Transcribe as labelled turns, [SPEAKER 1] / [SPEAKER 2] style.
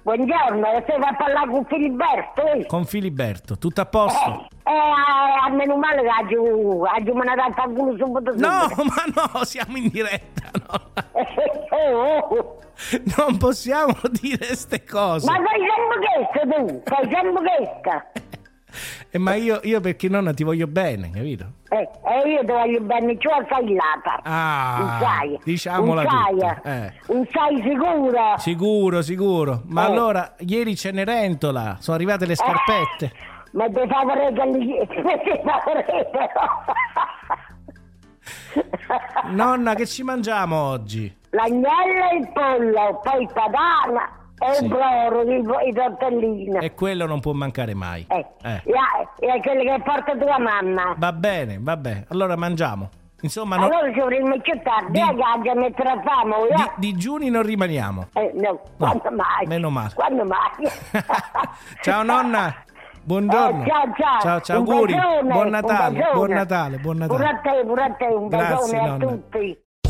[SPEAKER 1] Buongiorno, e sei a parlare con Filiberto? Eh,
[SPEAKER 2] Con Filiberto, tutto a posto?
[SPEAKER 1] eh, a, a meno male che ha giù, ha giù mandato a culo subito
[SPEAKER 2] No,
[SPEAKER 1] subito.
[SPEAKER 2] ma no, siamo in diretta. no.
[SPEAKER 1] Eh, oh, oh.
[SPEAKER 2] Non possiamo dire ste cose.
[SPEAKER 1] Ma fai sempre questo tu, fai sempre questo.
[SPEAKER 2] Eh, ma io, io perché nonna ti voglio bene, capito?
[SPEAKER 1] Eh, e io ti voglio bene, ci ho faillata.
[SPEAKER 2] Ah,
[SPEAKER 1] un sai,
[SPEAKER 2] diciamola
[SPEAKER 1] un sai,
[SPEAKER 2] tutta, eh.
[SPEAKER 1] un sai sicuro.
[SPEAKER 2] Sicuro, sicuro. Ma
[SPEAKER 1] Eh.
[SPEAKER 2] allora, ieri Cenerentola, sono arrivate le scarpette.
[SPEAKER 1] Ma ti favorete lì, ti favorete.
[SPEAKER 2] Nonna, che ci mangiamo oggi?
[SPEAKER 1] L'agnello e il pollo, poi il padana e
[SPEAKER 2] Sì.
[SPEAKER 1] il brodo, i, i tortellini.
[SPEAKER 2] E quello non può mancare mai.
[SPEAKER 1] Eh,
[SPEAKER 2] Eh.
[SPEAKER 1] e- e quelli che porta tua mamma.
[SPEAKER 2] Va bene, va bene. Allora mangiamo. Insomma, no-
[SPEAKER 1] Allora ci vorremmo più tardi,
[SPEAKER 2] Di-
[SPEAKER 1] eh, che oggi mettere a fame, eh?
[SPEAKER 2] di, digiuni non rimaniamo.
[SPEAKER 1] Eh, no, quando mai?
[SPEAKER 2] meno male.
[SPEAKER 1] Quando mai?
[SPEAKER 2] ciao nonna. Buongiorno.
[SPEAKER 1] Eh, ciao, ciao.
[SPEAKER 2] Ciao, ciao,
[SPEAKER 1] Un
[SPEAKER 2] auguri.
[SPEAKER 1] bacione,
[SPEAKER 2] Buon
[SPEAKER 1] un
[SPEAKER 2] Natale,
[SPEAKER 1] bacione.
[SPEAKER 2] buon Natale, buon Natale.
[SPEAKER 1] Pure a te, pure a te, un
[SPEAKER 2] Grazie,
[SPEAKER 1] bacione a
[SPEAKER 2] nonna.
[SPEAKER 1] tutti.